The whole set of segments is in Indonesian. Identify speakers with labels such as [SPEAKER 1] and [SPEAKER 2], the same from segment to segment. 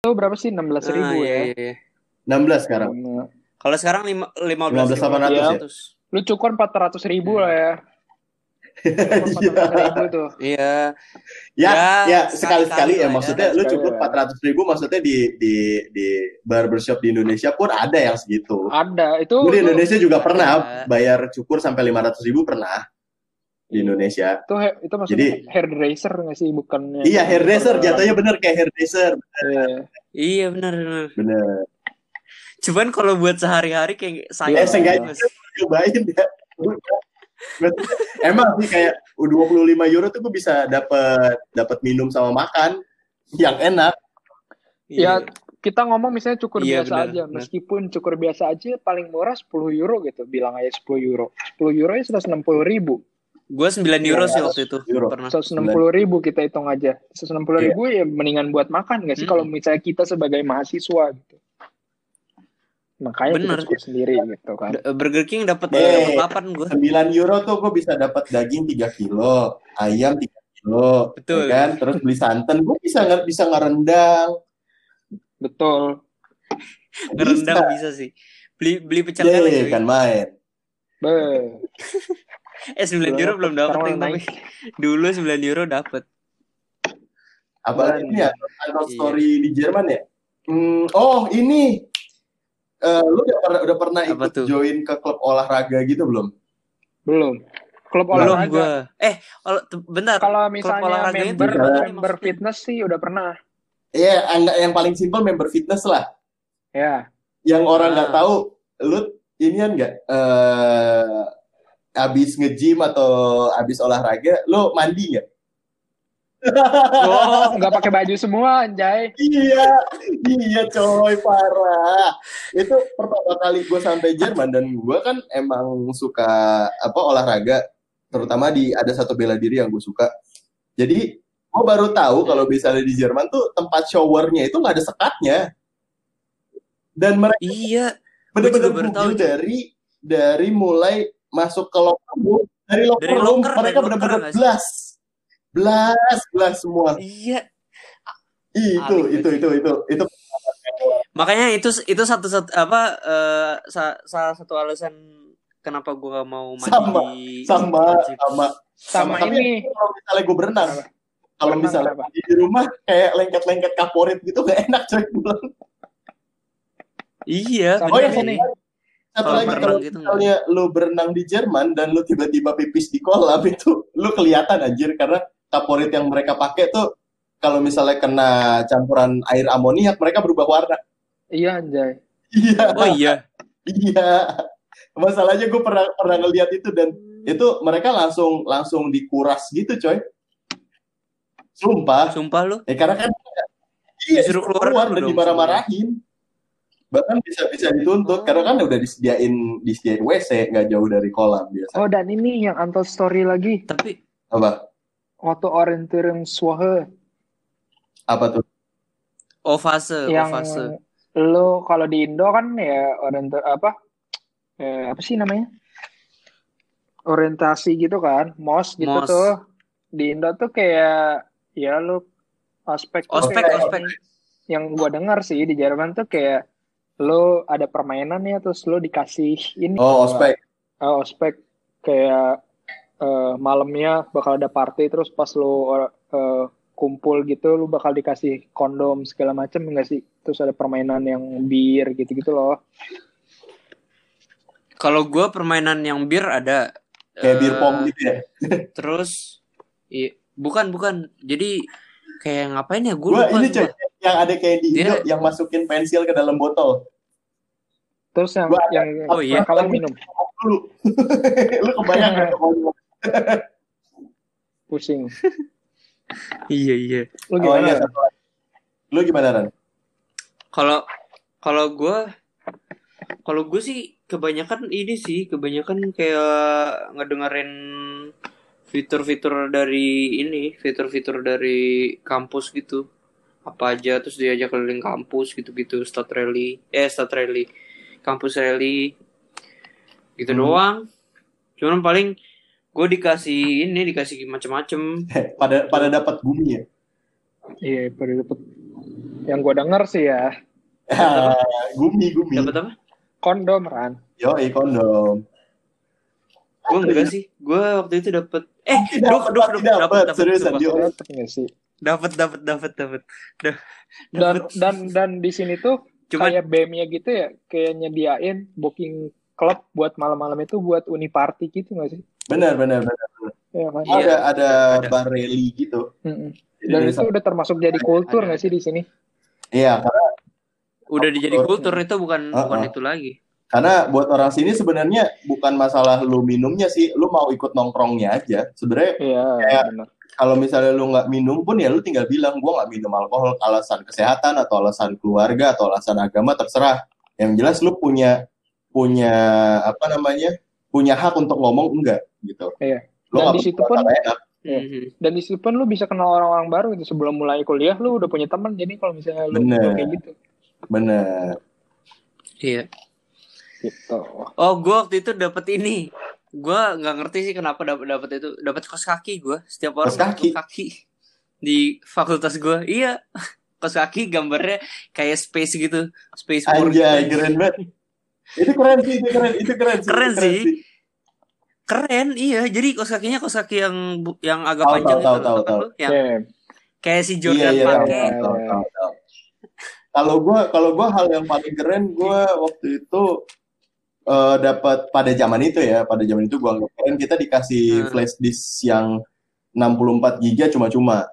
[SPEAKER 1] Atau berapa sih 16.000
[SPEAKER 2] Ah,
[SPEAKER 1] ya?
[SPEAKER 2] iya, iya, iya.
[SPEAKER 3] 16 sekarang.
[SPEAKER 1] Nah,
[SPEAKER 2] Kalau sekarang lima- 15
[SPEAKER 3] 15.800
[SPEAKER 1] ya? Lu cukur 400.000 lah ya. Cukur 400.000 tuh.
[SPEAKER 2] Iya. Ya,
[SPEAKER 3] Ya, ya sekali-sekali
[SPEAKER 2] sekali-sekali lah
[SPEAKER 3] ya.
[SPEAKER 2] ya.
[SPEAKER 3] Maksudnya lu
[SPEAKER 1] Sekali
[SPEAKER 3] cukup
[SPEAKER 1] lah.
[SPEAKER 3] 400 ribu, maksudnya di di di barbershop di Indonesia pun ada yang
[SPEAKER 1] Oh,
[SPEAKER 3] segitu.
[SPEAKER 1] Ada. Itu
[SPEAKER 3] Gue di
[SPEAKER 1] itu,
[SPEAKER 3] Indonesia juga pernah
[SPEAKER 2] Ada.
[SPEAKER 3] bayar cukur sampai 500 ribu pernah di Indonesia.
[SPEAKER 1] itu, he- itu maksudnya
[SPEAKER 3] Jadi-
[SPEAKER 1] hairdresser nggak sih? Bukannya.
[SPEAKER 3] Iya hairdresser jatuhnya bener kayak hairdresser
[SPEAKER 1] Iya.
[SPEAKER 2] Iya benar benar.
[SPEAKER 3] bener.
[SPEAKER 2] Cuman kalau buat sehari-hari kayak saya
[SPEAKER 3] Ya, seenggaknya. Cobain ya. Betul. Emang sih kayak 25 euro tuh gue bisa dapat dapat minum sama makan yang enak.
[SPEAKER 1] Ya, kita ngomong misalnya cukur
[SPEAKER 2] Iya,
[SPEAKER 1] biasa
[SPEAKER 2] benar,
[SPEAKER 1] aja.
[SPEAKER 2] benar.
[SPEAKER 1] Meskipun cukur biasa aja paling murah 10 euro gitu. Bilang aja 10 euro. 10 euro ya 160 ribu.
[SPEAKER 2] Gue 9 euro sih
[SPEAKER 3] Iya,
[SPEAKER 2] waktu itu.
[SPEAKER 3] euro.
[SPEAKER 2] Pernah.
[SPEAKER 1] 160 ribu kita hitung aja. 160
[SPEAKER 3] Iya.
[SPEAKER 1] ribu ya mendingan buat makan nggak sih?
[SPEAKER 2] Hmm.
[SPEAKER 1] Kalau misalnya kita sebagai mahasiswa gitu. Makanya kita
[SPEAKER 2] Benar.
[SPEAKER 1] cukur sendiri gitu kan.
[SPEAKER 2] D- eh, Burger King dapat
[SPEAKER 3] Yeay.
[SPEAKER 2] 8 gue.
[SPEAKER 3] 9 euro tuh gue bisa dapat daging 3 kilo, ayam 3 kilo,
[SPEAKER 2] Betul.
[SPEAKER 3] ya kan? Terus beli santan, gue bisa nggak bisa ngerendang,
[SPEAKER 1] Betul.
[SPEAKER 2] Ngerendang bisa sih. Beli beli
[SPEAKER 3] bisa.
[SPEAKER 2] pecel lele.
[SPEAKER 3] Yeay,
[SPEAKER 2] cuy.
[SPEAKER 3] kan main.
[SPEAKER 1] Be.
[SPEAKER 2] Eh 9 euro belum dapat
[SPEAKER 1] Sekarang
[SPEAKER 2] Ting,
[SPEAKER 1] naik.
[SPEAKER 2] tapi dulu 9 euro dapat.
[SPEAKER 3] Apalagi
[SPEAKER 1] Main.
[SPEAKER 3] ini ya, Idol
[SPEAKER 2] Iya.
[SPEAKER 3] story di Jerman ya. Hmm, oh ini, Eh, lu udah, per- udah pernah
[SPEAKER 2] Apa
[SPEAKER 3] ikut
[SPEAKER 2] tuh?
[SPEAKER 3] join ke klub olahraga gitu belum?
[SPEAKER 1] Belum. Klub
[SPEAKER 2] Belum
[SPEAKER 1] olahraga.
[SPEAKER 2] gue. Eh, olah- t- bentar.
[SPEAKER 1] Kalau misalnya
[SPEAKER 2] olahraga itu
[SPEAKER 1] member
[SPEAKER 3] gimana
[SPEAKER 2] sih
[SPEAKER 1] member
[SPEAKER 2] maksudnya?
[SPEAKER 1] fitness sih udah pernah.
[SPEAKER 3] Iya, anda- yang paling simpel member fitness lah.
[SPEAKER 1] Ya.
[SPEAKER 3] yang orang
[SPEAKER 2] Ah.
[SPEAKER 3] nggak tahu lu ini kan nggak eh abis nge-gym atau abis olahraga lu mandi nggak
[SPEAKER 2] Oh,
[SPEAKER 1] Nggak pakai baju semua anjay.
[SPEAKER 3] iya iya coy parah itu pertama kali gue sampai Jerman dan gue kan emang suka apa olahraga terutama di ada satu bela diri yang gue suka jadi gue baru
[SPEAKER 2] Iya.
[SPEAKER 3] tahu kalau misalnya di Jerman tuh tempat showernya itu nggak ada sekatnya dan mereka
[SPEAKER 2] iya. Gua
[SPEAKER 3] bener-bener
[SPEAKER 2] juga baru
[SPEAKER 3] bugil
[SPEAKER 2] tahu, Cuk.
[SPEAKER 3] dari dari mulai masuk ke locker room dari locker
[SPEAKER 2] Dari
[SPEAKER 3] room
[SPEAKER 2] locker,
[SPEAKER 3] mereka
[SPEAKER 2] dari
[SPEAKER 3] bener-bener
[SPEAKER 2] locker, guys.
[SPEAKER 3] belas belas belas semua
[SPEAKER 2] Iya.
[SPEAKER 3] Ih, itu
[SPEAKER 2] Alif,
[SPEAKER 3] itu itu itu itu
[SPEAKER 2] Makanya itu itu satu satu apa eh, sa- salah satu alasan kenapa gue gak mau mandi
[SPEAKER 3] Sama,
[SPEAKER 2] di
[SPEAKER 3] sama
[SPEAKER 2] di-
[SPEAKER 3] sama
[SPEAKER 1] Sama,
[SPEAKER 3] Sama, tapi
[SPEAKER 1] ini.
[SPEAKER 3] kalau misalnya gue berenang
[SPEAKER 1] Kenapa?
[SPEAKER 3] kalau
[SPEAKER 1] Berenang
[SPEAKER 3] misalnya
[SPEAKER 1] kenapa?
[SPEAKER 3] di rumah kayak lengket-lengket kaporit gitu gak enak coy pulang
[SPEAKER 2] Iya.
[SPEAKER 1] Sama
[SPEAKER 3] oh
[SPEAKER 2] bener
[SPEAKER 3] yang
[SPEAKER 1] ini.
[SPEAKER 2] sih.
[SPEAKER 3] satu
[SPEAKER 2] Kalau
[SPEAKER 3] lagi- satu lagi
[SPEAKER 2] berenang
[SPEAKER 3] kalau
[SPEAKER 2] gitu nggak.
[SPEAKER 3] misalnya lu berenang di Jerman dan lu tiba-tiba pipis di kolam itu lu kelihatan anjir karena kaporit yang mereka pakai tuh kalau misalnya kena campuran air amoniak mereka berubah warna
[SPEAKER 1] Iya anjay.
[SPEAKER 3] Iya,
[SPEAKER 2] Oh iya.
[SPEAKER 3] iya. Masalahnya gue pernah pernah ngeliat itu dan itu mereka langsung langsung dikuras gitu, coy. Sumpah.
[SPEAKER 2] Sumpah lu.
[SPEAKER 3] Eh karena kan iya,
[SPEAKER 2] Disuruh keluar dulu
[SPEAKER 3] dan
[SPEAKER 2] dong,
[SPEAKER 3] dimarah-marahin. Bahkan bisa bisa dituntut karena kan udah disediain disediain WC nggak jauh dari kolam biasa.
[SPEAKER 1] Oh dan ini yang Anto story lagi.
[SPEAKER 2] Tapi
[SPEAKER 3] Apa?
[SPEAKER 1] Auto orientering swahe
[SPEAKER 3] Apa tuh?
[SPEAKER 2] oh fase, oh
[SPEAKER 1] yang
[SPEAKER 2] fase.
[SPEAKER 1] lo kalau di Indo kan ya orientasi apa? Eh, apa sih namanya? Orientasi gitu kan, mos gitu
[SPEAKER 2] Mos.
[SPEAKER 1] tuh. Di Indo tuh kayak ya lo ospek tuh
[SPEAKER 2] Ospek,
[SPEAKER 1] kayak-
[SPEAKER 2] ospek.
[SPEAKER 1] yang gua dengar sih di Jerman tuh kayak lo ada permainan ya terus lo dikasih ini
[SPEAKER 3] Oh, ospek.
[SPEAKER 1] Eh, ospek kayak eh, malamnya bakal ada party terus pas lo eh, kumpul gitu lo bakal dikasih kondom segala macem enggak sih terus ada permainan yang bir gitu-gitu loh
[SPEAKER 2] Kalau gue permainan yang bir ada.
[SPEAKER 3] Kayak
[SPEAKER 2] Eh,
[SPEAKER 3] beer pong gitu ya.
[SPEAKER 2] Terus i- bukan bukan. Jadi kayak ngapain ya gue
[SPEAKER 3] Gue
[SPEAKER 2] lupa.
[SPEAKER 3] ini
[SPEAKER 2] sumpah.
[SPEAKER 3] coy yang ada kayak di Indo
[SPEAKER 2] Dia-
[SPEAKER 3] yang masukin pensil ke dalam botol.
[SPEAKER 1] terus yang
[SPEAKER 3] Gua ada-
[SPEAKER 1] yang
[SPEAKER 2] oh iya.
[SPEAKER 1] kalian minum
[SPEAKER 3] Lu lu kebayang nggak kalau-
[SPEAKER 1] pusing
[SPEAKER 2] Iya iya.
[SPEAKER 1] lo
[SPEAKER 3] Oh
[SPEAKER 1] gimana
[SPEAKER 3] iya, satu lagi. Lu gimana Ran?
[SPEAKER 2] Kalau kalau gue kalau gue sih kebanyakan ini sih kebanyakan kayak ngedengerin fitur-fitur dari ini fitur-fitur dari kampus gitu apa aja terus diajak keliling kampus gitu-gitu stat rally eh stat rally kampus rally gitu
[SPEAKER 3] Hmm.
[SPEAKER 2] doang cuman paling gue dikasih ini dikasih macem-macem
[SPEAKER 3] pada pada dapat bumi ya.
[SPEAKER 1] iya pada dapet yang gue denger sih ya
[SPEAKER 3] gumi gumi.
[SPEAKER 2] Dapat apa?
[SPEAKER 1] kondom ran
[SPEAKER 3] Yo, kondom.
[SPEAKER 2] Gue
[SPEAKER 3] Iya.
[SPEAKER 2] enggak sih. Gue waktu itu dapat eh dok dok
[SPEAKER 3] Dapat,
[SPEAKER 2] dok
[SPEAKER 3] pasti dapat.
[SPEAKER 2] dapat
[SPEAKER 3] Seriusan, Dio.
[SPEAKER 1] Dapet nggak sih
[SPEAKER 2] dapat dapat dapat dapat
[SPEAKER 1] dan dan dan di sini tuh
[SPEAKER 2] Cuman
[SPEAKER 1] kayak BEM-nya gitu ya kayak nyediain booking klub buat malam-malam itu buat uni party gitu nggak sih
[SPEAKER 3] Benar, benar, benar.
[SPEAKER 1] ya kan
[SPEAKER 2] Iya,
[SPEAKER 3] ada ada
[SPEAKER 2] ada.
[SPEAKER 3] bar rally gitu.
[SPEAKER 1] Mm-mm.
[SPEAKER 3] Jadi
[SPEAKER 1] dan
[SPEAKER 3] dari
[SPEAKER 1] itu udah termasuk jadi kultur nggak sih di sini
[SPEAKER 3] Iya, karena,
[SPEAKER 2] udah dijadi kultur itu bukan
[SPEAKER 3] Uh-uh.
[SPEAKER 2] bukan itu lagi.
[SPEAKER 3] karena buat orang sini sebenarnya bukan masalah lu minumnya sih, lu mau ikut nongkrongnya aja. Sebenarnya
[SPEAKER 1] iya
[SPEAKER 3] Kayak-
[SPEAKER 1] benar
[SPEAKER 3] kalau misalnya lu nggak minum pun ya lu tinggal bilang gua nggak minum alkohol alasan kesehatan atau alasan keluarga atau alasan agama terserah. Yang jelas lu punya punya apa namanya? punya hak untuk ngomong enggak gitu.
[SPEAKER 1] Iya.
[SPEAKER 3] Lu
[SPEAKER 1] Dan
[SPEAKER 3] nggak
[SPEAKER 1] di situ pun-
[SPEAKER 3] nggak enak.
[SPEAKER 1] Iya.
[SPEAKER 2] Mhm.
[SPEAKER 1] dan di situ pun lu bisa kenal orang-orang baru itu sebelum mulai kuliah lu udah punya teman jadi kalau misalnya lu
[SPEAKER 3] Bener.
[SPEAKER 1] lu kayak gitu
[SPEAKER 3] Bener.
[SPEAKER 2] Iya.
[SPEAKER 1] gitu
[SPEAKER 2] Oh, gue waktu itu dapat ini. Gue nggak ngerti sih kenapa dapat dapat itu. Dapat kos kaki gue. Setiap orang
[SPEAKER 3] Kos
[SPEAKER 2] dapat
[SPEAKER 3] kaki?
[SPEAKER 2] di fakultas gue. Iya. Kos kaki gambarnya kayak space gitu, space war
[SPEAKER 3] Anjay,
[SPEAKER 2] gitu.
[SPEAKER 3] keren banget. Itu keren sih, itu keren, itu keren sih.
[SPEAKER 2] Keren
[SPEAKER 3] itu
[SPEAKER 2] sih. Keren, iya. Jadi kos kakinya kos kaki yang bu- yang agak
[SPEAKER 3] Tahu,
[SPEAKER 2] panjang
[SPEAKER 3] tahu, tahu,
[SPEAKER 2] itu,
[SPEAKER 3] tahu,
[SPEAKER 2] tau kan
[SPEAKER 3] tahu.
[SPEAKER 2] lu? Yang
[SPEAKER 1] Iya,
[SPEAKER 2] kayak si
[SPEAKER 3] Iya,
[SPEAKER 2] Jordan
[SPEAKER 3] iya, tahu,
[SPEAKER 2] pakai.
[SPEAKER 1] Parker.
[SPEAKER 3] tahu, tahu, tahu. Kalau gua kalau gua hal yang paling keren gua waktu itu eh, dapat pada zaman itu ya, pada zaman itu gua anggap keren kita dikasih
[SPEAKER 2] Hmm.
[SPEAKER 3] flash disk yang 64 giga cuma-cuma.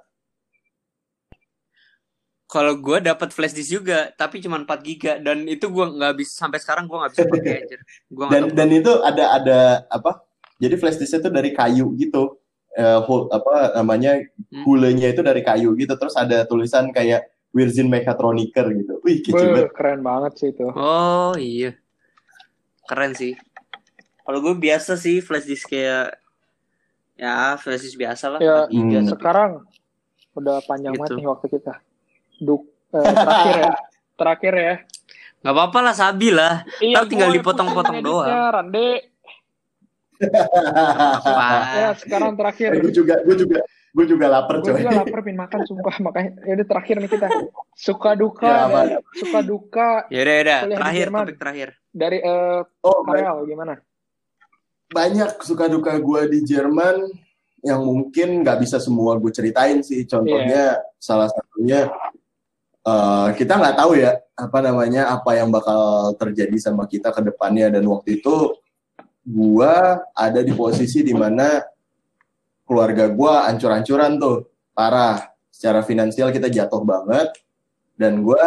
[SPEAKER 2] Kalau gue dapat flash disk juga, tapi cuma 4 giga dan itu gua nggak bisa sampai sekarang gua nggak bisa pakai anjir. Gua nggak
[SPEAKER 3] Dan dan itu ada ada apa? Jadi flash disknya itu dari kayu gitu. Eh, hul- apa namanya
[SPEAKER 2] Hmm.
[SPEAKER 3] hulenya itu dari kayu gitu terus ada tulisan kayak Wirzin Mechatroniker gitu. Wih, kece banget.
[SPEAKER 1] Wah, keren banget sih itu
[SPEAKER 2] Oh iya, keren sih. Kalau gue biasa sih flash disk kayak ya flash disk biasa lah.
[SPEAKER 1] Ya,
[SPEAKER 2] empat giga.
[SPEAKER 3] hmm.
[SPEAKER 1] sekarang udah panjang
[SPEAKER 2] Gitu.
[SPEAKER 1] banget nih waktu kita duk eh, terakhir ya terakhir ya
[SPEAKER 2] Nggak apa-apa lah sabi lah.
[SPEAKER 1] iya
[SPEAKER 2] Ntar tinggal
[SPEAKER 1] gua yang
[SPEAKER 2] dipotong-potong
[SPEAKER 1] pusing ngeditnya, Rande ya
[SPEAKER 3] Ah,
[SPEAKER 2] Wah,
[SPEAKER 1] sekarang terakhir
[SPEAKER 3] gue juga gue juga gue juga lapar
[SPEAKER 1] gue
[SPEAKER 3] coy
[SPEAKER 1] juga lapar pin makan sumpah makanya ya udah terakhir nih kita suka duka
[SPEAKER 3] Ya,
[SPEAKER 1] dari, suka duka
[SPEAKER 2] yaudah yaudah
[SPEAKER 1] Kuliah di
[SPEAKER 2] terakhir
[SPEAKER 1] Jerman.
[SPEAKER 2] topik terakhir.
[SPEAKER 1] dari eh,
[SPEAKER 3] oh ba-
[SPEAKER 1] Karel gimana
[SPEAKER 3] banyak suka duka gue di Jerman yang mungkin nggak bisa semua gue ceritain sih contohnya salah satunya eh, kita nggak tahu ya apa namanya apa yang bakal terjadi sama kita ke depannya dan waktu itu gue ada di posisi dimana keluarga gue ancur-ancuran tuh parah secara finansial kita jatuh banget dan gue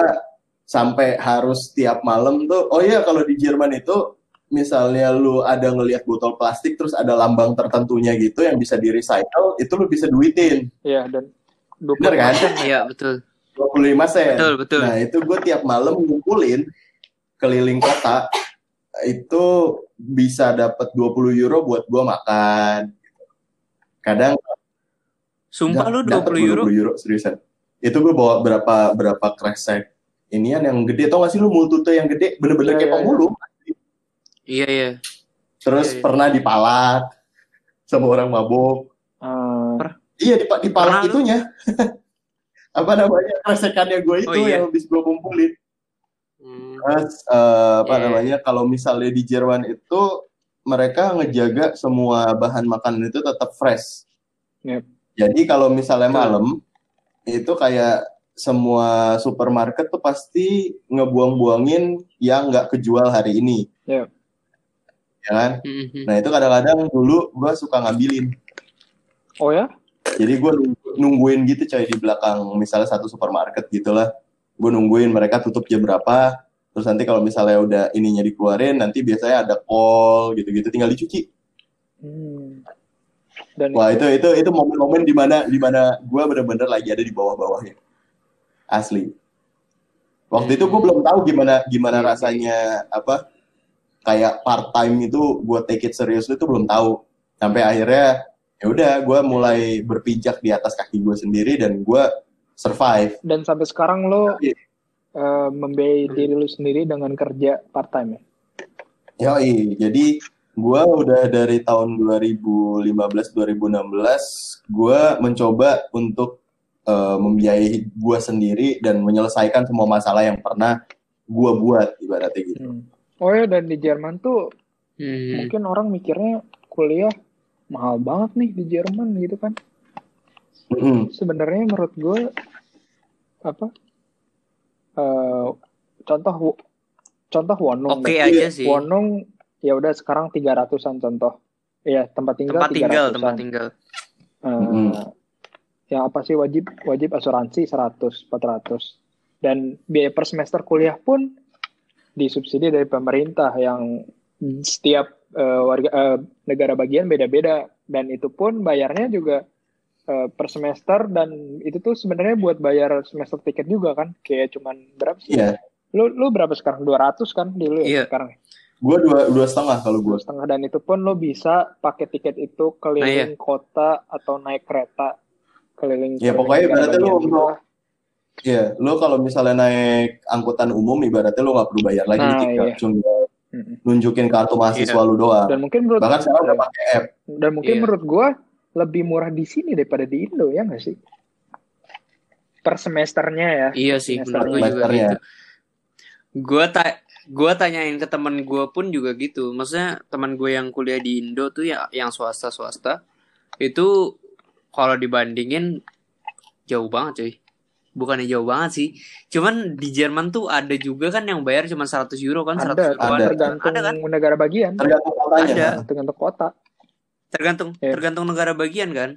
[SPEAKER 3] sampai harus tiap malam tuh oh iya kalau di Jerman itu misalnya lu ada ngelihat botol plastik terus ada lambang tertentunya gitu yang bisa di recycle itu lu bisa duitin
[SPEAKER 1] Iya dan
[SPEAKER 3] bener kan
[SPEAKER 2] Iya betul,
[SPEAKER 3] 25 sen
[SPEAKER 2] betul betul.
[SPEAKER 3] Nah, itu gue tiap malam ngumpulin keliling kota itu bisa dapat 20 euro buat gue makan. Kadang
[SPEAKER 2] Sumpah lu dua
[SPEAKER 3] dapet
[SPEAKER 2] puluh euro.
[SPEAKER 3] seriusan. Itu gue bawa berapa berapa crash sack inian yang gede tau gak sih lu multute yang gede bener-bener
[SPEAKER 1] Iya,
[SPEAKER 3] kayak
[SPEAKER 1] iya, iya.
[SPEAKER 3] pemulung.
[SPEAKER 2] Iya iya.
[SPEAKER 3] Terus
[SPEAKER 2] Iya, iya.
[SPEAKER 3] pernah dipalak sama orang mabok.
[SPEAKER 1] Eh,
[SPEAKER 3] Iya dipa-
[SPEAKER 2] Pernah
[SPEAKER 3] dipalak
[SPEAKER 2] lu?
[SPEAKER 3] itunya. Apa namanya? Kresekannya gue itu
[SPEAKER 2] Oh, iya.
[SPEAKER 3] yang habis gue kumpulin.
[SPEAKER 2] Hmm.
[SPEAKER 3] Terus eh, apa
[SPEAKER 2] Iya.
[SPEAKER 3] namanya kalau misalnya di Jerman itu mereka ngejaga semua bahan makanan itu tetap fresh.
[SPEAKER 1] Yep.
[SPEAKER 3] Jadi kalau misalnya
[SPEAKER 2] Betul.
[SPEAKER 3] malam itu kayak semua supermarket tuh pasti ngebuang-buangin yang nggak kejual hari ini.
[SPEAKER 1] Yep.
[SPEAKER 3] Ya kan?
[SPEAKER 2] Hmm, hmm.
[SPEAKER 3] Nah itu kadang-kadang dulu gue suka ngambilin.
[SPEAKER 1] oh ya
[SPEAKER 3] Jadi gue nungguin gitu coy di belakang misalnya satu supermarket gitulah. Gue nungguin mereka tutup jam berapa. Terus nanti kalau misalnya udah ininya dikeluarin, nanti biasanya ada call gitu-gitu tinggal dicuci.
[SPEAKER 1] Hmm. dan
[SPEAKER 3] Wah itu itu itu momen-momen dimana dimana gue bener-bener lagi ada di bawah-bawahnya. Asli. Waktu itu gue belum tahu gimana gimana
[SPEAKER 2] Iya, iya.
[SPEAKER 3] rasanya apa kayak part time itu gue take it serius itu belum tahu. Sampai akhirnya ya udah gue mulai berpijak di atas kaki gue sendiri dan gue survive.
[SPEAKER 1] dan sampai sekarang lo
[SPEAKER 3] Iya.
[SPEAKER 1] eh, membiayai
[SPEAKER 2] Hmm.
[SPEAKER 1] diri lo sendiri dengan kerja part time ya
[SPEAKER 3] Yoi, jadi gua udah dari tahun 2015-2016 gua mencoba untuk eh, membiayai gue sendiri dan menyelesaikan semua masalah yang pernah gue buat ibaratnya gitu.
[SPEAKER 1] Hmm. Oh ya dan di Jerman tuh
[SPEAKER 2] Hmm.
[SPEAKER 3] Nah,
[SPEAKER 1] mungkin orang mikirnya kuliah mahal banget nih di Jerman gitu kan.
[SPEAKER 3] Mm-mm.
[SPEAKER 1] Sebenarnya menurut gue apa? eh, contoh wo- contoh Wonong.
[SPEAKER 2] Oke
[SPEAKER 3] nah,
[SPEAKER 1] deh.
[SPEAKER 3] iya,
[SPEAKER 2] aja sih.
[SPEAKER 1] Wonong ya udah sekarang 300-an contoh. Iya, tempat tinggal
[SPEAKER 2] Tempat tinggal,
[SPEAKER 1] 300-an.
[SPEAKER 2] tempat tinggal.
[SPEAKER 3] Mm.
[SPEAKER 1] eh yang apa sih wajib wajib asuransi 100 400 dan biaya per semester kuliah pun disubsidi dari pemerintah yang setiap eh, warga eh, negara bagian beda-beda dan itu pun bayarnya juga eh, per semester dan itu tuh sebenarnya buat bayar semester tiket juga kan kayak cuman berapa sih
[SPEAKER 3] Iya,
[SPEAKER 1] lu lu berapa sekarang 200 kan di lu ya
[SPEAKER 2] Iya.
[SPEAKER 1] sekarang
[SPEAKER 3] gue dua dua setengah kalau gue.
[SPEAKER 1] setengah dan itu pun lo bisa pakai tiket
[SPEAKER 2] Ah, iya.
[SPEAKER 1] itu keliling kota atau naik kereta keliling
[SPEAKER 3] Ya,
[SPEAKER 1] keliling
[SPEAKER 3] pokoknya
[SPEAKER 1] negara
[SPEAKER 3] ibaratnya
[SPEAKER 1] bagian
[SPEAKER 3] lo
[SPEAKER 1] gitu lah.
[SPEAKER 3] Iya, lo kalau misalnya naik angkutan umum ibaratnya lo nggak perlu bayar lagi
[SPEAKER 1] Nah,
[SPEAKER 3] tiket,
[SPEAKER 1] iya.
[SPEAKER 3] cuma
[SPEAKER 1] Mm-mm.
[SPEAKER 3] nunjukin kartu mahasiswa lo doang.
[SPEAKER 1] dan mungkin menurut
[SPEAKER 3] Bahkan sekarang udah pakai app.
[SPEAKER 1] dan mungkin
[SPEAKER 2] Iya.
[SPEAKER 1] menurut gua lebih murah di sini daripada di Indo ya nggak sih per semesternya ya
[SPEAKER 2] Iya sih, menurut gue juga
[SPEAKER 3] Semesternya.
[SPEAKER 2] gitu. Gue ta gua tanyain ke teman gue pun juga gitu. Maksudnya teman gue yang kuliah di Indo tuh ya yang swasta swasta itu kalau dibandingin jauh banget cuy. Bukannya jauh banget sih. Cuman di Jerman tuh ada juga kan yang bayar cuma 100 euro kan, 100
[SPEAKER 1] ada
[SPEAKER 2] euroan.
[SPEAKER 3] ada.
[SPEAKER 1] tergantung
[SPEAKER 2] Ada kan?
[SPEAKER 1] negara bagian
[SPEAKER 3] Tergantung kotanya.
[SPEAKER 2] Ada.
[SPEAKER 1] tergantung kota
[SPEAKER 2] tergantung
[SPEAKER 1] Iya.
[SPEAKER 2] tergantung negara bagian kan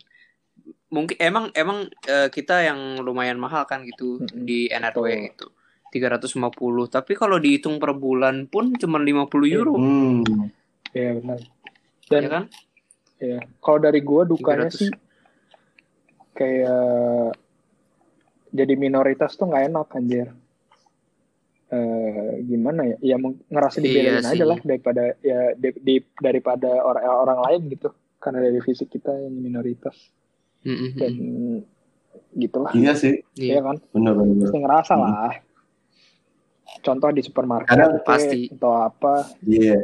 [SPEAKER 2] mungkin emang emang eh, kita yang lumayan mahal kan gitu
[SPEAKER 1] Mm-mm,
[SPEAKER 2] di NRW
[SPEAKER 1] betul.
[SPEAKER 2] itu 350 tapi kalau dihitung per bulan pun cuma
[SPEAKER 1] Iya,
[SPEAKER 2] 50 euro
[SPEAKER 3] Hmm.
[SPEAKER 1] ya benar
[SPEAKER 2] ya
[SPEAKER 1] dan
[SPEAKER 2] kan
[SPEAKER 1] ya kalau dari gua dukanya
[SPEAKER 2] 300.
[SPEAKER 1] sih kayak jadi minoritas tuh nggak enak anjir eh gimana ya ya mung- ngerasa dibedain
[SPEAKER 2] Iya
[SPEAKER 1] aja
[SPEAKER 2] sih.
[SPEAKER 1] lah daripada ya di, di- daripada orang orang lain gitu karena dari fisik kita yang minoritas
[SPEAKER 2] Mm-mm.
[SPEAKER 1] dan gitulah
[SPEAKER 3] Iya sih,
[SPEAKER 1] ya
[SPEAKER 2] Hmm. Iya.
[SPEAKER 1] kan
[SPEAKER 3] bener bener. bener.
[SPEAKER 1] pasti ngerasa
[SPEAKER 3] Hmm.
[SPEAKER 1] lah contoh di supermarket
[SPEAKER 3] Kadang
[SPEAKER 1] kek,
[SPEAKER 2] pasti.
[SPEAKER 1] atau apa
[SPEAKER 3] Iya.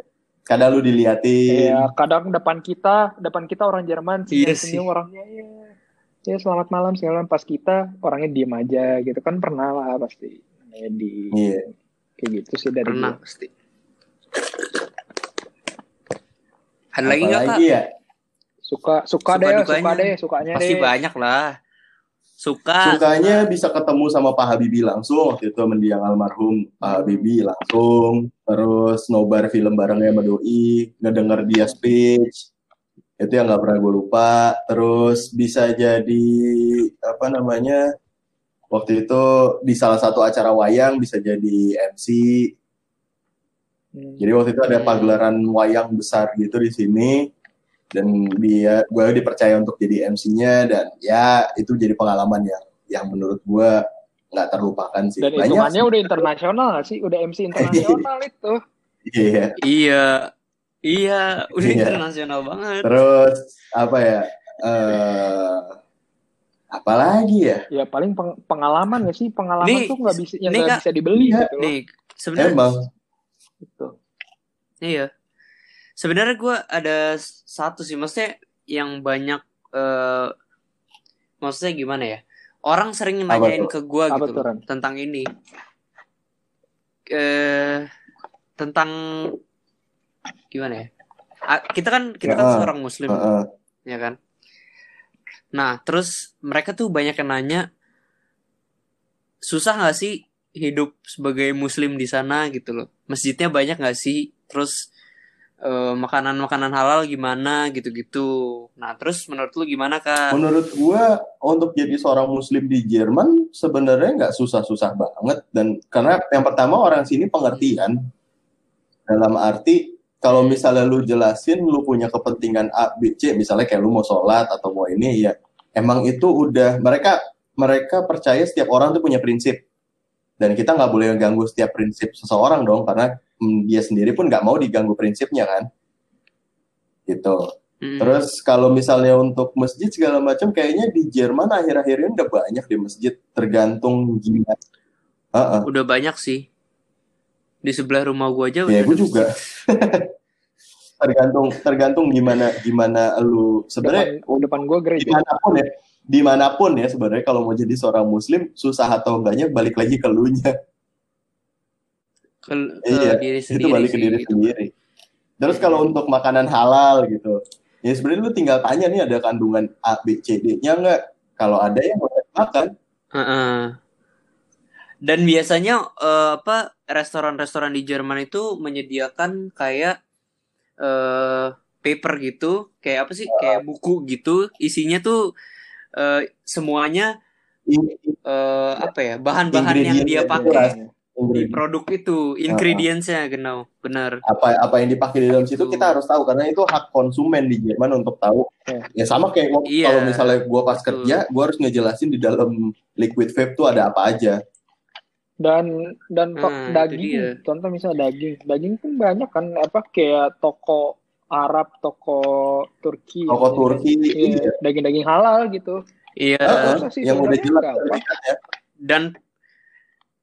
[SPEAKER 3] Kadang lu diliatin.
[SPEAKER 1] Iya, kadang depan kita, depan kita orang Jerman
[SPEAKER 2] Iya
[SPEAKER 1] senyum-senyum orangnya ya. Ya selamat malam segala macam. pas kita orangnya diem aja gitu kan pernah lah pasti Namanya di
[SPEAKER 3] Iya.
[SPEAKER 1] kayak gitu sih dari
[SPEAKER 2] Hmm. pernah
[SPEAKER 1] gua.
[SPEAKER 2] pasti ada lagi nggak kak
[SPEAKER 3] Apalagi ya?
[SPEAKER 1] suka suka,
[SPEAKER 2] Suka
[SPEAKER 1] deh suka
[SPEAKER 2] dukanya.
[SPEAKER 1] deh sukanya
[SPEAKER 2] pasti
[SPEAKER 1] deh
[SPEAKER 2] banyak lah suka
[SPEAKER 3] Sukanya bisa ketemu sama Pak Habibie langsung waktu itu mendiang almarhum Pak
[SPEAKER 1] Hmm.
[SPEAKER 3] Habibie langsung terus nobar film barengnya sama Doi ngedenger dia speech itu yang nggak pernah gue lupa terus bisa jadi apa namanya waktu itu di salah satu acara wayang bisa jadi MC
[SPEAKER 1] Hmm.
[SPEAKER 3] jadi waktu itu ada
[SPEAKER 2] Hmm.
[SPEAKER 3] pagelaran wayang besar gitu di sini dan dia gue dipercaya untuk jadi MC-nya dan ya itu jadi pengalaman yang yang menurut gue nggak terlupakan sih.
[SPEAKER 1] dan
[SPEAKER 3] Banyak
[SPEAKER 1] hitungannya
[SPEAKER 3] sih.
[SPEAKER 1] udah internasional nggak sih udah MC internasional itu
[SPEAKER 3] Iya.
[SPEAKER 2] iya iya udah
[SPEAKER 3] Iya.
[SPEAKER 2] internasional banget
[SPEAKER 3] Terus apa ya? Eh apalagi ya?
[SPEAKER 1] ya paling peng- pengalaman nggak sih pengalaman
[SPEAKER 2] Nih,
[SPEAKER 1] tuh nggak bisa yang
[SPEAKER 2] nih,
[SPEAKER 1] nggak
[SPEAKER 2] Kak.
[SPEAKER 1] bisa dibeli
[SPEAKER 3] Iya.
[SPEAKER 1] gitu loh
[SPEAKER 2] nih sebenarnya
[SPEAKER 3] Emang
[SPEAKER 1] Gitu.
[SPEAKER 2] Iya. Sebenarnya gue ada s- satu sih, maksudnya yang banyak, eh maksudnya gimana ya? Orang sering
[SPEAKER 3] Apa
[SPEAKER 2] nanyain ke
[SPEAKER 3] tuh?
[SPEAKER 2] gue
[SPEAKER 1] Apa
[SPEAKER 2] gitu
[SPEAKER 1] tuh,
[SPEAKER 2] loh,
[SPEAKER 1] Ran?
[SPEAKER 2] tentang ini, eh tentang gimana ya? Ah, Kita kan kita kan
[SPEAKER 3] Ya, ah.
[SPEAKER 2] seorang muslim,
[SPEAKER 3] Heeh.
[SPEAKER 2] ya kan? Nah, terus mereka tuh banyak yang nanya, susah nggak sih hidup sebagai muslim di sana gitu loh? Masjidnya banyak nggak sih? Terus eh, makanan-makanan halal gimana gitu-gitu. Nah, terus menurut lu gimana kak?
[SPEAKER 3] menurut gue untuk jadi seorang muslim di Jerman sebenarnya nggak susah-susah banget dan karena yang pertama orang sini pengertian dalam arti kalau misalnya lu jelasin lu punya kepentingan A, B, C, misalnya kayak lu mau sholat atau mau ini ya emang itu udah mereka mereka percaya setiap orang tuh punya prinsip dan kita nggak boleh ganggu setiap prinsip seseorang dong karena mm, dia sendiri pun nggak mau diganggu prinsipnya kan gitu
[SPEAKER 2] Mm-mm.
[SPEAKER 3] Terus kalau misalnya untuk masjid segala macam kayaknya di Jerman akhir-akhir ini udah banyak di masjid tergantung gimana. Heeh.
[SPEAKER 2] Udah banyak sih. Di sebelah rumah gua aja udah
[SPEAKER 3] Ya, gue
[SPEAKER 2] ada
[SPEAKER 3] juga. tergantung tergantung gimana gimana lu sebenarnya
[SPEAKER 1] depan depan gue gereja
[SPEAKER 3] gimana pun ya dimanapun ya sebenarnya kalau mau jadi seorang muslim susah atau enggaknya balik lagi ke lu nya
[SPEAKER 2] ke, ke
[SPEAKER 3] Iya,
[SPEAKER 2] diri
[SPEAKER 3] itu
[SPEAKER 2] sendiri
[SPEAKER 3] balik ke
[SPEAKER 2] sih,
[SPEAKER 3] diri
[SPEAKER 2] gitu. Hmm.
[SPEAKER 3] sendiri terus kalau untuk makanan halal gitu ya sebenarnya lu tinggal tanya nih ada kandungan A B C D nya enggak kalau ada yang boleh makan
[SPEAKER 2] Heeh. Dan biasanya eh, apa restoran-restoran di Jerman itu menyediakan kayak eh paper gitu, kayak apa sih? Kayak buku gitu. Isinya tuh eh, semuanya
[SPEAKER 3] ini
[SPEAKER 2] eh, apa ya? Bahan-bahan yang dia
[SPEAKER 3] Ingredients-nya
[SPEAKER 1] Iya.
[SPEAKER 2] pakai di
[SPEAKER 3] ingredient.
[SPEAKER 2] produk itu, ingredients-nya genau, benar.
[SPEAKER 3] apa apa yang dipakai di dalam situ
[SPEAKER 2] Betul.
[SPEAKER 3] kita harus tahu karena itu hak konsumen di Jerman untuk tahu
[SPEAKER 1] Iya.
[SPEAKER 3] ya sama kayak gua-
[SPEAKER 2] Iya.
[SPEAKER 3] kalau misalnya gua pas
[SPEAKER 2] Betul.
[SPEAKER 3] kerja gua harus ngejelasin di dalam liquid vape tuh ada apa aja
[SPEAKER 1] dan dan kok
[SPEAKER 2] Nah, itu dia.
[SPEAKER 1] daging contoh misalnya daging daging pun banyak kan apa kayak toko Arab toko Turki
[SPEAKER 3] toko
[SPEAKER 1] Iya,
[SPEAKER 3] Turki
[SPEAKER 1] iya,
[SPEAKER 3] iya.
[SPEAKER 1] daging-daging halal gitu
[SPEAKER 2] Iya.
[SPEAKER 3] Heeh,
[SPEAKER 1] Masa sih
[SPEAKER 3] yang udah
[SPEAKER 1] sebenarnya
[SPEAKER 3] jelas
[SPEAKER 1] gampang?
[SPEAKER 2] dan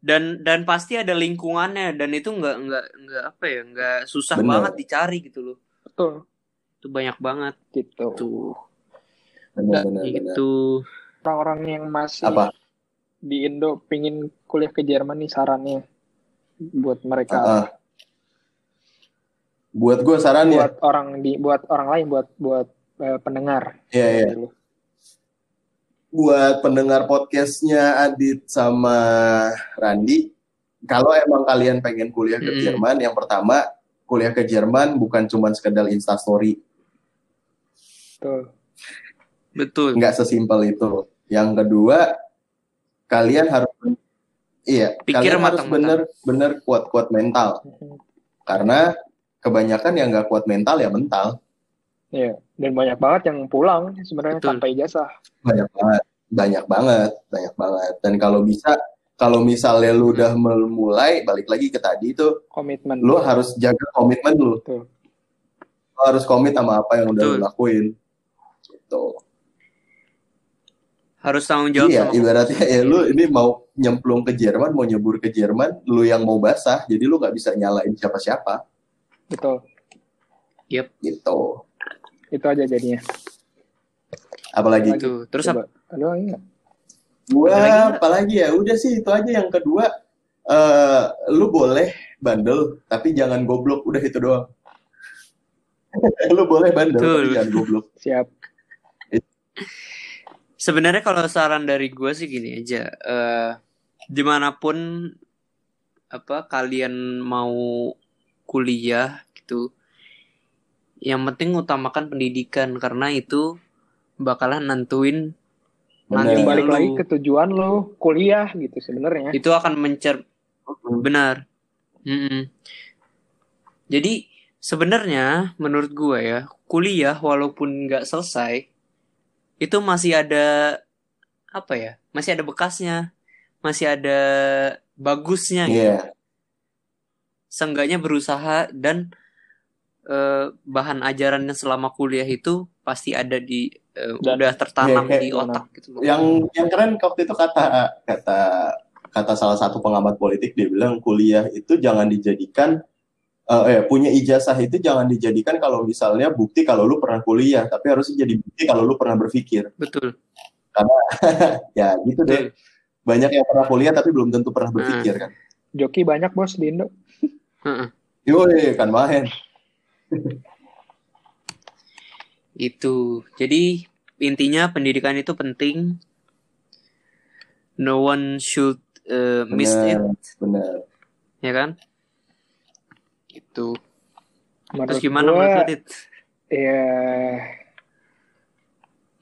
[SPEAKER 2] dan dan pasti ada lingkungannya dan itu nggak nggak nggak apa ya nggak susah
[SPEAKER 3] Bener.
[SPEAKER 2] banget dicari gitu loh
[SPEAKER 1] betul
[SPEAKER 2] itu banyak banget
[SPEAKER 1] gitu
[SPEAKER 2] tuh
[SPEAKER 3] benar-benar
[SPEAKER 2] Iya.
[SPEAKER 3] benar.
[SPEAKER 2] itu
[SPEAKER 1] orang-orang yang masih
[SPEAKER 3] apa
[SPEAKER 1] di Indo pingin kuliah ke Jerman nih sarannya buat mereka
[SPEAKER 3] Heeh. buat ya. gue sarannya
[SPEAKER 1] buat orang di buat orang lain buat buat eh, pendengar Gitu
[SPEAKER 3] ya ya buat pendengar podcastnya Adit sama Randi kalau emang kalian pengen kuliah ke
[SPEAKER 2] Mm.
[SPEAKER 3] Jerman yang pertama kuliah ke Jerman bukan cuma sekedar instastory
[SPEAKER 1] Betul.
[SPEAKER 2] betul
[SPEAKER 3] nggak sesimpel itu yang kedua kalian harus iya
[SPEAKER 2] Hmm. Pikir
[SPEAKER 3] kalian harus bener
[SPEAKER 2] matang-matang.
[SPEAKER 3] bener kuat kuat mental karena kebanyakan yang nggak kuat mental ya mental
[SPEAKER 1] dan banyak banget yang pulang sebenarnya
[SPEAKER 2] Betul.
[SPEAKER 1] tanpa ijazah
[SPEAKER 3] banyak banget banyak banget banyak banget dan kalau bisa kalau misalnya
[SPEAKER 2] Hmm.
[SPEAKER 3] lu udah mulai balik lagi ke tadi itu
[SPEAKER 1] komitmen
[SPEAKER 3] lu harus jaga komitmen lu
[SPEAKER 1] Betul.
[SPEAKER 3] Lu harus komit sama apa yang udah lu
[SPEAKER 2] Betul.
[SPEAKER 3] lakuin gitu
[SPEAKER 2] harus tanggung jawab
[SPEAKER 3] iya
[SPEAKER 2] sama
[SPEAKER 3] ibaratnya ya lu ini mau nyemplung ke Jerman mau nyebur ke Jerman lu yang mau basah jadi lu nggak bisa nyalain siapa-siapa
[SPEAKER 1] betul
[SPEAKER 3] gitu
[SPEAKER 1] itu aja jadinya
[SPEAKER 3] apalagi
[SPEAKER 2] itu terus apa
[SPEAKER 1] coba aduh iya.
[SPEAKER 2] Apalagi,
[SPEAKER 3] Gua
[SPEAKER 2] Mbak?
[SPEAKER 3] apalagi ya udah sih itu aja yang kedua eh lu boleh bandel tapi jangan goblok udah itu doang. lu boleh bandel tapi
[SPEAKER 2] Betul.
[SPEAKER 3] jangan goblok.
[SPEAKER 1] siap
[SPEAKER 2] sebenarnya kalau saran dari gue sih gini aja eh dimanapun apa kalian mau kuliah gitu yang penting utamakan pendidikan karena itu bakalan nentuin
[SPEAKER 3] Bener.
[SPEAKER 2] Iya, Nanti
[SPEAKER 1] balik
[SPEAKER 2] lu-
[SPEAKER 1] lagi ke tujuan lu kuliah gitu sebenarnya
[SPEAKER 2] itu akan mencer
[SPEAKER 3] Hmm.
[SPEAKER 2] benar Mm-mm. jadi sebenarnya menurut gua ya kuliah walaupun nggak selesai itu masih ada apa ya masih ada bekasnya masih ada bagusnya gitu.
[SPEAKER 3] Iya,
[SPEAKER 2] seenggaknya berusaha dan eh, bahan ajarannya selama kuliah itu pasti ada di eh,
[SPEAKER 1] Dan-
[SPEAKER 2] udah tertanam
[SPEAKER 3] Iya,
[SPEAKER 2] di
[SPEAKER 1] iya,
[SPEAKER 2] otak gitu loh.
[SPEAKER 3] yang yang keren waktu itu kata kata kata salah satu pengamat politik dia bilang kuliah itu jangan dijadikan eh eh, punya ijazah itu jangan dijadikan kalau misalnya bukti kalau lu pernah kuliah, tapi harusnya jadi bukti kalau lu pernah berpikir.
[SPEAKER 2] betul
[SPEAKER 3] Ya, gitu
[SPEAKER 2] betul
[SPEAKER 3] deh. banyak yang pernah kuliah tapi belum tentu pernah berpikir kan.
[SPEAKER 1] joki banyak bos di Indo
[SPEAKER 2] Heeh.
[SPEAKER 3] Yoi, kan main.
[SPEAKER 2] itu jadi intinya pendidikan itu penting no one should eh, miss it
[SPEAKER 3] Bener, bener.
[SPEAKER 2] ya kan itu
[SPEAKER 1] menurut
[SPEAKER 2] terus gimana
[SPEAKER 1] gua,
[SPEAKER 2] menurut Adit?
[SPEAKER 1] ya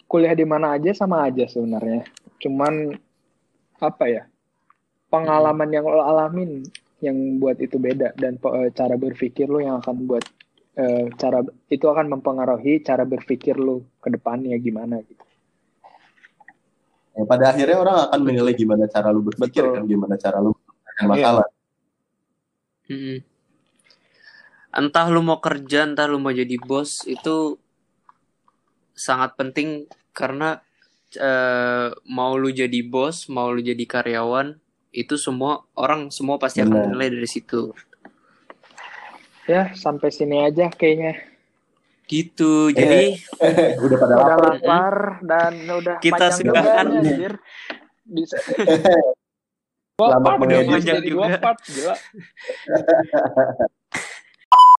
[SPEAKER 1] kuliah di mana aja sama aja sebenarnya cuman apa ya pengalaman yang lo alamin yang buat itu beda dan pe- eh, cara berpikir lo yang akan buat eh, cara itu akan mempengaruhi cara berpikir lo ke depannya gimana gitu
[SPEAKER 3] Ya, pada akhirnya orang akan menilai gimana cara lu berpikir
[SPEAKER 1] Betul.
[SPEAKER 3] kan, gimana cara lu menyelesaikan masalah.
[SPEAKER 2] Mm-mm. entah lu mau kerja entah lu mau jadi bos itu sangat penting karena eh, mau lu jadi bos mau lu jadi karyawan itu semua orang semua pasti akan
[SPEAKER 3] Benar.
[SPEAKER 2] menilai dari situ
[SPEAKER 1] ya sampai sini aja kayaknya
[SPEAKER 2] gitu jadi
[SPEAKER 3] udah pada
[SPEAKER 1] udah
[SPEAKER 3] lapar.
[SPEAKER 1] lapar dan udah
[SPEAKER 2] Kita
[SPEAKER 1] panjang juga
[SPEAKER 2] sudahan.
[SPEAKER 1] nih, anjir. Bisa. Dua part,
[SPEAKER 3] Lama mengedit.
[SPEAKER 1] jadi dua
[SPEAKER 2] Panjang juga.
[SPEAKER 1] part, gila.